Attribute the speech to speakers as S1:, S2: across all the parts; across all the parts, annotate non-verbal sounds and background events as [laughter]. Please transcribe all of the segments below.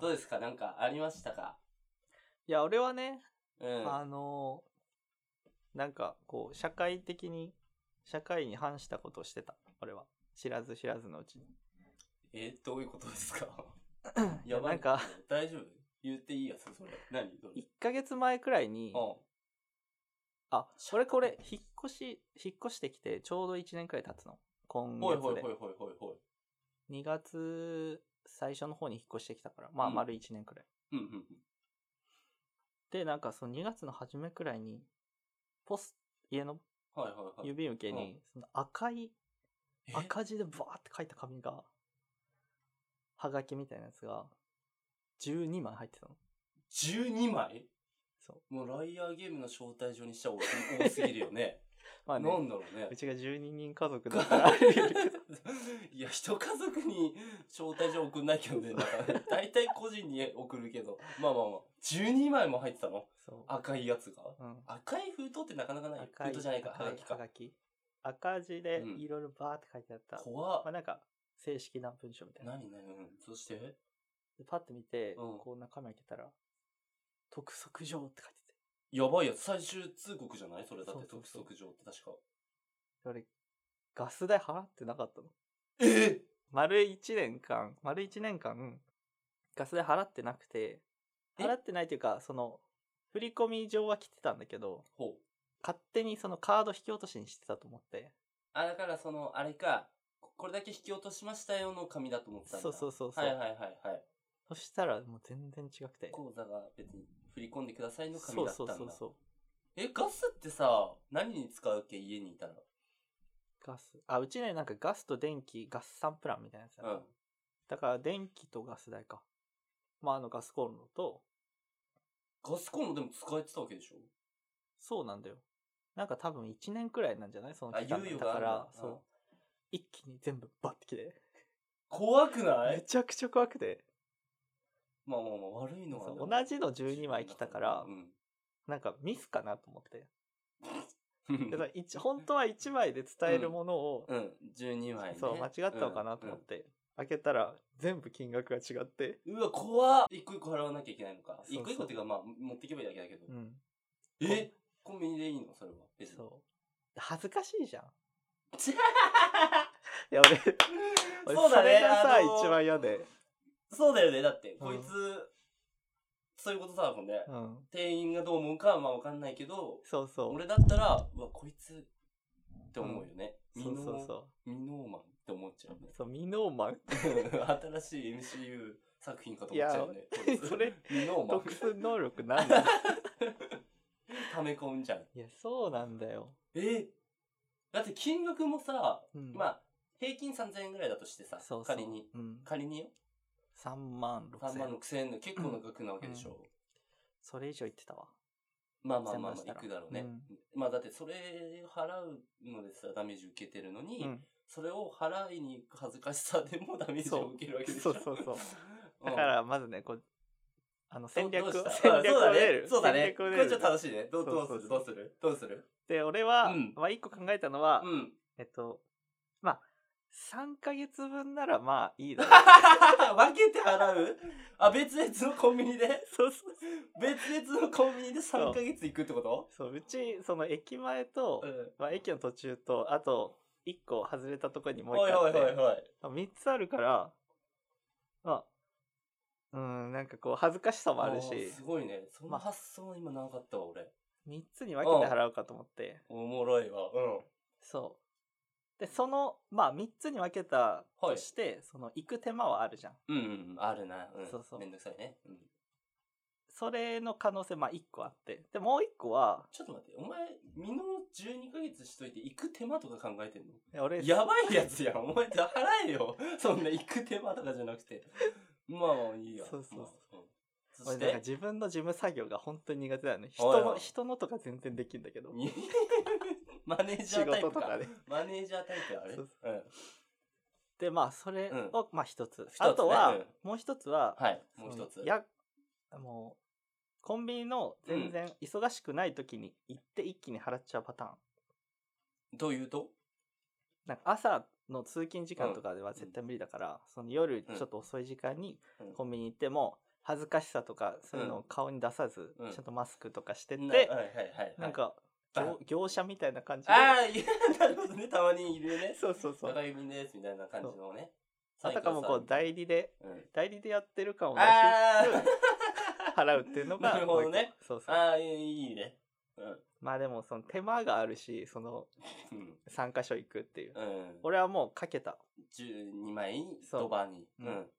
S1: どうですかなんかありましたか
S2: いや、俺はね、
S1: うん。
S2: あのーなんかこう、社会的に、社会に反したことをしてた。俺は。知らず知らずのうちに。
S1: え、どういうことですか
S2: [coughs] いや、なんか、、
S1: 大丈夫言っていいやつそれ。何どれ
S2: 1ヶ月前くらいに、
S1: う
S2: あ、それこれ、引っ越し、引っ越してきて、ちょうど1年くらい経つの。今
S1: ん。
S2: 月
S1: ほい
S2: で。
S1: ほいほいほいほいほい。
S2: 2月最初の方に引っ越してきたから、まあ、
S1: うん
S2: 丸1年くらい。
S1: うんうん
S2: で、なんかその2月の初めくらいに、ポス、家の
S1: うん。はいはいはい。
S2: 郵便受けに、その赤い、
S1: え
S2: 赤字でバーって書いた紙が、はがきみたいなやつが、12枚入ってたの。
S1: 12枚
S2: そ
S1: もうライアーゲームの招待状にしちゃ多多すぎるよね。
S2: う。 [laughs] まあ
S1: な
S2: ね、
S1: んだろうね
S2: う。ちが12人
S1: [laughs]
S2: 家族だからあり得るけど
S1: いや、一家族に招待状送んないけどね。だから大体個人に送るけど。まあまあまあ。12枚も入ってたの
S2: [laughs] そ
S1: 赤いやつが。
S2: う。うん。
S1: 赤い封筒ってなかなかない。
S2: 赤
S1: 封
S2: い、
S1: 筒じゃないか、は
S2: 赤
S1: が
S2: い
S1: き
S2: は
S1: か。
S2: がき。赤字でいろいろバーって書いてあった。
S1: 怖
S2: まあ
S1: っ。
S2: なんか、正式な文章みたいな。
S1: 何何うん。そして
S2: でパッて見て、
S1: うん
S2: こう中身開けたら、督促状って書いてて。
S1: やばいやつ、最終通告じゃないそれだって、
S2: そう
S1: 督
S2: そうそう
S1: 促状って確か。
S2: 俺、ガス代払ってなかったの。
S1: ええ
S2: 丸一年間、丸一年間、ガス代払ってなくて、
S1: え
S2: 払ってないというか、その、振り込み上は来てたんだけど、
S1: ほう。
S2: 勝手にそのカード引き落としにしてたと思って。
S1: あ、だからその、あれか、ここれだけ引き落としましたよの紙だと思ってたんだ。
S2: そうそうそうそう
S1: はいはいはいはい。
S2: そしたらもう全然違くて。
S1: 口座が別に振り込んでくださいの紙だ
S2: そ
S1: っ
S2: う
S1: たんだ。
S2: そうそうそう。
S1: え、ガスってさ、何に使うっけ家にいたら。
S2: ガス。あ、うちね、なんかガスと電気、ガス散プランみたいなやつだ
S1: う
S2: な、
S1: ん。
S2: だから電気とガス代か。まあ、あのガスコンロと、
S1: ガスコンロでも使えてたわけでしょ
S2: そうなんだよ。なんか多分1年くらいなんじゃないその
S1: あ、
S2: 期間
S1: 猶
S2: が
S1: 予
S2: だ
S1: があ
S2: か
S1: るんだ
S2: ら、
S1: う
S2: そ
S1: ん
S2: う。一気に全部バッてきて。
S1: 怖くな
S2: め
S1: い
S2: ちゃくちゃ怖くて。
S1: まあまあまあ、悪いのは
S2: そ
S1: ね。
S2: う同じの12枚来たから
S1: う、ん。
S2: なんかミスかなと思って。
S1: うん
S2: だから一本当は1枚で伝えるもの
S1: [laughs]
S2: を、
S1: うん、12枚ね。
S2: そう、間違ったのかなと思って、開けたら全部金額が違って。
S1: うん。うんうわ、怖っ一個一個払わなきゃいけないのか。
S2: そうそう
S1: 一個一個っていうか、まあ、持ってけばいいだけだけど
S2: う。ん。
S1: えコンビニでいいのそれは。別 [laughs] に。
S2: そう。恥ずかしいじ
S1: [laughs]
S2: ゃん。
S1: ちゃ
S2: いや、俺、俺
S1: そうだね。
S2: れがさ、
S1: あのー
S2: 一番嫌で。
S1: そうだよね。だって、
S2: ん
S1: こいつ、そういうことさ、もんね。
S2: うん。
S1: 店員がどう思うかはまあわかんないけど、
S2: そうそう。
S1: 俺だったら、うわ、こいつ、って思うよね。ミ
S2: そ
S1: ノ
S2: うそう
S1: ー、
S2: そ
S1: ミノーマンって思っちゃうね
S2: う。。そう、ミノーマン。
S1: [laughs] 新しい MCU 作品かと思っちゃうよね。こいつ
S2: それ、
S1: ミノーマン
S2: 特。殊能力なんだ
S1: [laughs] 溜め込んじゃう。
S2: いや、そうなんだよ。
S1: えだって金額もさ、
S2: うん
S1: まあ、平均3000円ぐらいだとしてさ、
S2: そうそう。
S1: 仮に。
S2: うん。
S1: 仮によ。
S2: 3万6
S1: 3
S2: 千
S1: 万
S2: 円。
S1: 6000円の結構な額なわけでしょ。
S2: それ以上言ってたわ。
S1: まあまあまあ
S2: 出
S1: ま
S2: し
S1: あ、
S2: た
S1: い
S2: ら
S1: くだろうね。
S2: うん
S1: まあだってそれ払うのでさ、ダメージ受けてるのに、
S2: うん。
S1: それを払いに行く恥ずかしさでもダメージを受けるわけでし
S2: そ
S1: ょ。
S2: うそう
S1: [laughs]
S2: そう。
S1: ん
S2: だから、まずね、こう、あの、戦略を、
S1: どうした
S2: [laughs] 戦略を練
S1: あ
S2: る。
S1: そうだね。
S2: 戦略
S1: そうだねこ
S2: を練
S1: れ
S2: る
S1: ちょっと楽しいね。どう
S2: そうそ
S1: ど
S2: う
S1: うす
S2: そ
S1: る
S2: う
S1: どうするどうする
S2: で、俺は、
S1: うん
S2: まあ、一個考えたのは、
S1: うん。 [laughs]
S2: えっと、まあ、3ヶ月分ならまあいいだ
S1: [laughs]
S2: ろう。
S1: 分けて払うあ、別々のコンビニで [laughs]
S2: そうそう。
S1: 別々のコンビニで
S2: そ
S1: 3
S2: う
S1: ヶ月行くってこと
S2: そう、うち、その駅前と、
S1: うん。
S2: まあ駅の途中と、あと、1個外れたとこにもう
S1: お
S2: 1
S1: い
S2: 個あ
S1: お
S2: っ
S1: い
S2: て、
S1: おいおい。
S2: 3つあるから、まあ、うん、なんかこう、恥ずかしさもある
S1: ー
S2: し、
S1: すごいね。その発想今なかったわ、俺。
S2: 3つに分けて払うかと思って、
S1: おもろいわ。うん。
S2: そう。で、その、まあ、3つに分けたとして、その、行く手間はあるじゃん。
S1: うんうん、あるな。うん、
S2: そうそう
S1: めんどくさいね。うん。
S2: それの可能性、まあ、1個あって。で、もう1個は、
S1: ちょっと待って、お前、身の12ヶ月しといて行く手間とか考えてんの
S2: 俺、
S1: やばいやつやん。お前、払えよ。そんな行く手間とかじゃなくて。まあまあ、いいや。
S2: そうそう
S1: まあそし
S2: 俺なんか
S1: て、
S2: 自分の事務作業が本当に苦手だよね。人
S1: おいお
S2: の、
S1: い
S2: 人のとか全然できんだけど。
S1: [laughs] マネージ
S2: 仕
S1: ャータイ
S2: 事
S1: プ
S2: と
S1: か
S2: か。で。
S1: マネージャータイプだね。
S2: そう
S1: うん。
S2: で、まあ、それ
S1: うん
S2: を、まあ、一つ。
S1: つね
S2: あと
S1: う
S2: は、
S1: ん
S2: もう一つは、
S1: はい、もう一
S2: そ
S1: つ。
S2: のや、もう、コンビニの全然忙しくない時に行って一気に払っちゃうパターン。
S1: というと
S2: なんか朝の通勤時間とかでは絶対無理だから、その夜ちょっと遅い時間に
S1: うん
S2: コンビニ行っても、恥ずかしさとかそういうの
S1: う
S2: を
S1: ん
S2: 顔に出さず、
S1: うん
S2: ちゃんとマスクとかしてて、
S1: なはいはいはい。
S2: なん、か
S1: はい
S2: 業業者みたいな感じで
S1: ああ、いや、なるほどね。たまにいるね。
S2: そうそうそう
S1: 中指ですみたいな感じのね。
S2: あたかもこう代理で
S1: う、ん、
S2: 代理でやってる感を出し
S1: あ [laughs] ー
S2: つつ払うっていうのが
S1: なるほどね
S2: もう一個そうそう
S1: ああ、いいね。うん。
S2: まあでもその手間があるしその
S1: うん
S2: 3箇所行くっていう、
S1: うん。
S2: 俺はもうかけた
S1: 12枚、
S2: そう
S1: ドバに。
S2: うん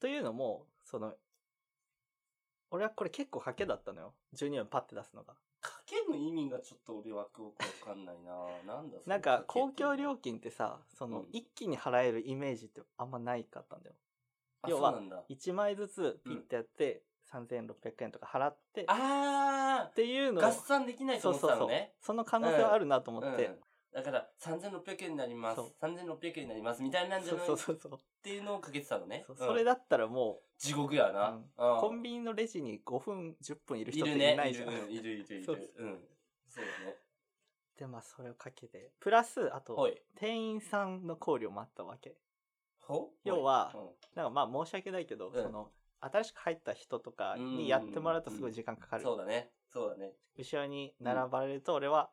S2: というのもその俺はこれ結構賭けだったのよ12音パッて出すのが
S1: かけの意味がちょっと俺はよくわかんないな。なんだその
S2: [laughs] なんか
S1: 賭けっていう
S2: 公
S1: の
S2: 共料金ってさその
S1: うん
S2: 一気に払えるイメージってあんまないかったんだよ
S1: あ
S2: 要は
S1: そうなんだ
S2: 1枚ずつピッてやって、3600円とか払ってっ
S1: あ
S2: ていう
S1: ー
S2: のを
S1: 合算できないと
S2: そ
S1: 思っ
S2: う
S1: てた
S2: そうそ
S1: の
S2: う
S1: ね。
S2: その可能性はあるなと思って、
S1: うんだから、3600円になります
S2: そう。
S1: 3600円になります。みたいなんじゃ
S2: そう
S1: ない
S2: そ
S1: っ
S2: うそうそう
S1: ていうのをかけてたのね。
S2: そうそれ
S1: だ。
S2: だったらも
S1: 地獄や
S2: う。
S1: なん
S2: コ
S1: コ
S2: ンビニのレジに5分10分いる
S1: い
S2: 人って
S1: る
S2: い
S1: ね
S2: な。い
S1: い
S2: じ
S1: る
S2: ゃん、
S1: うんいるいるい
S2: [laughs] そうそう
S1: る。うん。そうだね。
S2: でまあそれをかけてプラスあ
S1: ほ
S2: と
S1: い。
S2: 店員さんの考慮もあったわけ
S1: ほ
S2: 要は
S1: うん
S2: なんかまあ申し訳ないけど、
S1: うん
S2: その新しく入った人とかにやってもらうとすごい時間かかる、
S1: そうだね。そうだね。
S2: 後ろに並ばれると俺は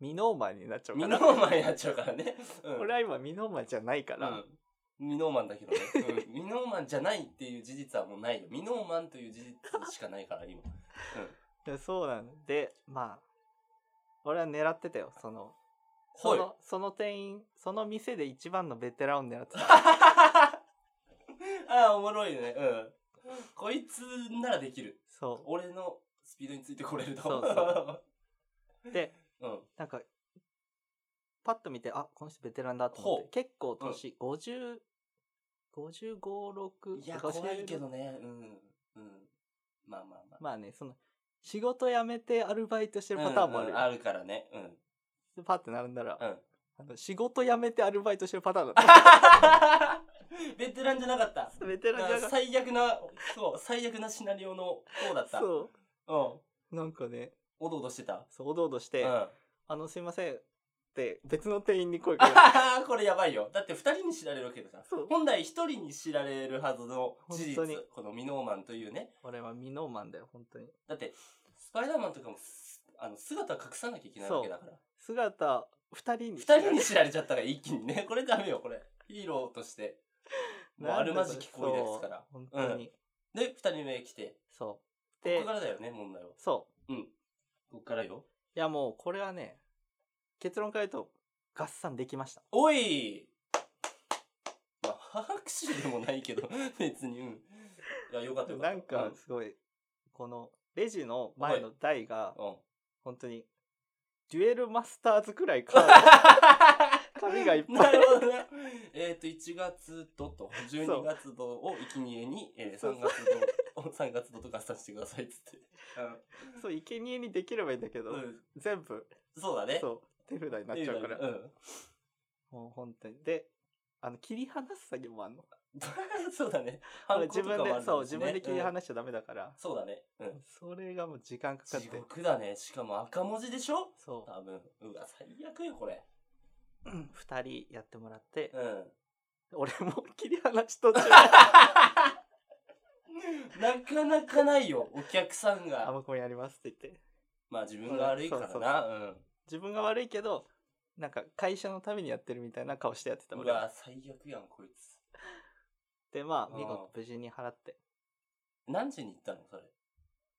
S2: ミノーマンになっちゃう
S1: ミ
S2: か
S1: ノ
S2: ら、
S1: ーマンやっちゃうからね。うん
S2: [laughs] 俺は今ミノーマンじゃないから、
S1: うん、ミノーマンだけど
S2: [laughs]
S1: ね、うんミノーマンじゃないっていう事実はもうないよミノーマンという事実しかないから今、うん、
S2: でそうなんでまあ俺は狙ってたよその
S1: ほ
S2: そ
S1: い [laughs]
S2: のその店員その店で一番のベテランを狙ってた
S1: ああおもろいねうんこいつならできる
S2: そ
S1: 俺のスピードについてこれると
S2: そうそうで
S1: [laughs] う、ん、
S2: なんかパッと見てあこの人ベテランだと思
S1: ほ
S2: っ
S1: う
S2: て結構年、50 5556
S1: いや
S2: 50
S1: 怖いけどねうんうんまあまあまあ
S2: まあねその仕事辞めてアルバイトしてるパターンもある
S1: うん
S2: よ
S1: うんあるからねうん
S2: でパッて並んだら、 [laughs]
S1: うん
S2: あの仕事辞めてアルバイトしてるパターンだった
S1: [laughs] ベテランじゃなかった
S2: ベテランじゃなかっ
S1: 最悪なそう最悪なシナリオの方だったた
S2: [laughs] そ
S1: うん
S2: うなんかね
S1: おどおどしてた
S2: そうおどおどして、
S1: うん。
S2: あのすいませんって別の店員に声
S1: あ
S2: か
S1: は [laughs]
S2: けられ
S1: は
S2: [laughs]
S1: これやばいよ。だって二人に知られるわけだから。
S2: そう
S1: 本来一人に知られるはずの事実
S2: 本当に。
S1: このミノーマンというね。
S2: 俺はミノーマンだよ本当に
S1: だって、スパイダーマンとかもす、あの、姿隠さなきゃいけないわけだから。
S2: 姿二人に
S1: 二
S2: [laughs]
S1: 人に知られちゃったから一気にね。こ [laughs] れダメよ、これ。ヒーローとして。もうあるまじき行為ですから
S2: そう本当に、
S1: で、二人目来て。
S2: そう
S1: こ
S2: で
S1: こからだよね、問題は。
S2: そう
S1: ここからよ。
S2: いやもうこれはね結論から言うと合算できました
S1: おいまあ、拍手でもないけど、 [laughs] 別に、うん。いや、よか [laughs] ったよか
S2: な
S1: った。
S2: んかすごいこのレジの前の台が
S1: うん、うん。
S2: 本当にデュエルマスターズくらい
S1: [laughs]
S2: カード紙がいっぱい
S1: なるほどね。えっと、1月度と、12月度を生贄に、えー、
S2: そう
S1: 3月度を、3月度と合算してくださいっつって。
S2: そう生贄にできればいいんだけ
S1: う
S2: ど、
S1: ん。うん、
S2: 全部
S1: そうだね。
S2: そう手札になっちゃうから、
S1: うん。
S2: もう本当にであの切り離す作業もあんの
S1: [laughs] そうだね。
S2: あれ自分で、
S1: ハンコとかもあるんだもんね
S2: そう自分で切り
S1: うん
S2: 離しちゃダメだから、
S1: そうだね。うん。
S2: それがもう時間かかっ
S1: 地
S2: て
S1: 獄だね。しかも赤文字でしょ
S2: そ
S1: 多分。うわ、最悪よ、これ。
S2: う2人やってもらって、
S1: うん。
S2: 俺も切り離しとっ
S1: [laughs]
S2: ち
S1: なかなかないよ、お客さん
S2: あ
S1: が。
S2: もうこれやりますって言って
S1: まあ自分が悪いから
S2: そう
S1: な。うん。
S2: 自分が悪いけどなんか会社のためにやってるみたいな顔してやってた
S1: う
S2: 俺は
S1: わ、最悪やん、こいつ。
S2: でま
S1: あ
S2: あ
S1: ー
S2: 見事無事に払って
S1: 何時に行ったのそれ。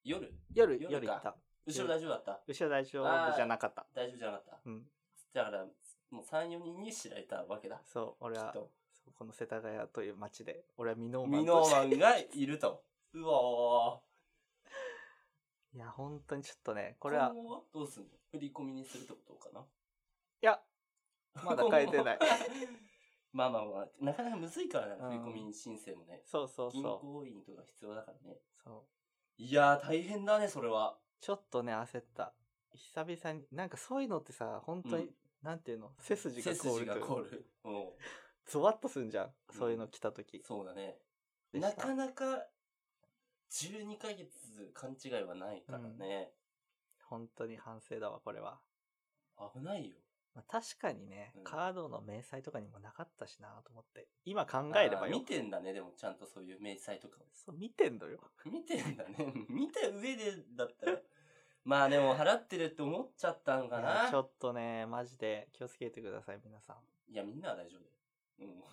S1: 夜
S2: 夜
S1: 夜
S2: 夜
S1: か
S2: 行った
S1: 後ろ大丈夫だった
S2: 後ろ大丈夫じゃなかった
S1: 大丈夫じゃなかった
S2: うん
S1: だから、もう3、4人に知られたわけだ。
S2: そ
S1: き
S2: う俺
S1: っ
S2: は
S1: と。
S2: そうこの世田谷という町で俺はミノーマ
S1: ミ
S2: ンと
S1: ノ
S2: し
S1: ー
S2: て
S1: マンがいる
S2: [laughs]
S1: と。うわー
S2: いや本当にちょっとねこれは
S1: 今後どうすんの振り込みにするってことか
S2: いや
S1: な
S2: まだ変えてない。
S1: [laughs] まあまあまあ、なかなかむずいからな、
S2: うん
S1: 振り込み申請もね。
S2: そうそう
S1: 銀
S2: そ
S1: 行員とか必要だからね。
S2: うそう
S1: いやー、大変だね、それは。
S2: ちょっとね焦った久々になんかそういうのってさ本当に、
S1: うん
S2: なんていうの背筋が
S1: 背
S2: 凍
S1: 筋
S2: る
S1: が
S2: という
S1: 凍
S2: か
S1: る。うん。
S2: ゾワッとすんじゃん、そういうの来た時
S1: そうだね。
S2: で
S1: な
S2: した
S1: かなか、12ヶ月勘違いはないからね。
S2: 本当に反省だわこれは
S1: 危ないよ。
S2: まあ、確かにね、
S1: うん
S2: カードの明細とかにもなかったしなと思って。今考えれば
S1: あー
S2: よ
S1: 見。てんだね、でもちゃんとそういう明細とかを。
S2: そう、見てんのよ。
S1: 見てんだね。 [laughs] 見た上でだったら。まあでも払ってるって思っちゃったのか
S2: いや
S1: な
S2: ちょ。っとね、マジで気をつけてください、皆さん。
S1: いや、みんなは大丈夫だよ。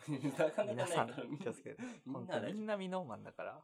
S1: うん。なかなか [laughs]
S2: 皆
S1: な
S2: さ
S1: い
S2: ん
S1: から、
S2: 気をつけて。
S1: み
S2: 本
S1: んな
S2: 当
S1: は大
S2: み
S1: 丈
S2: んなミノーマンだから。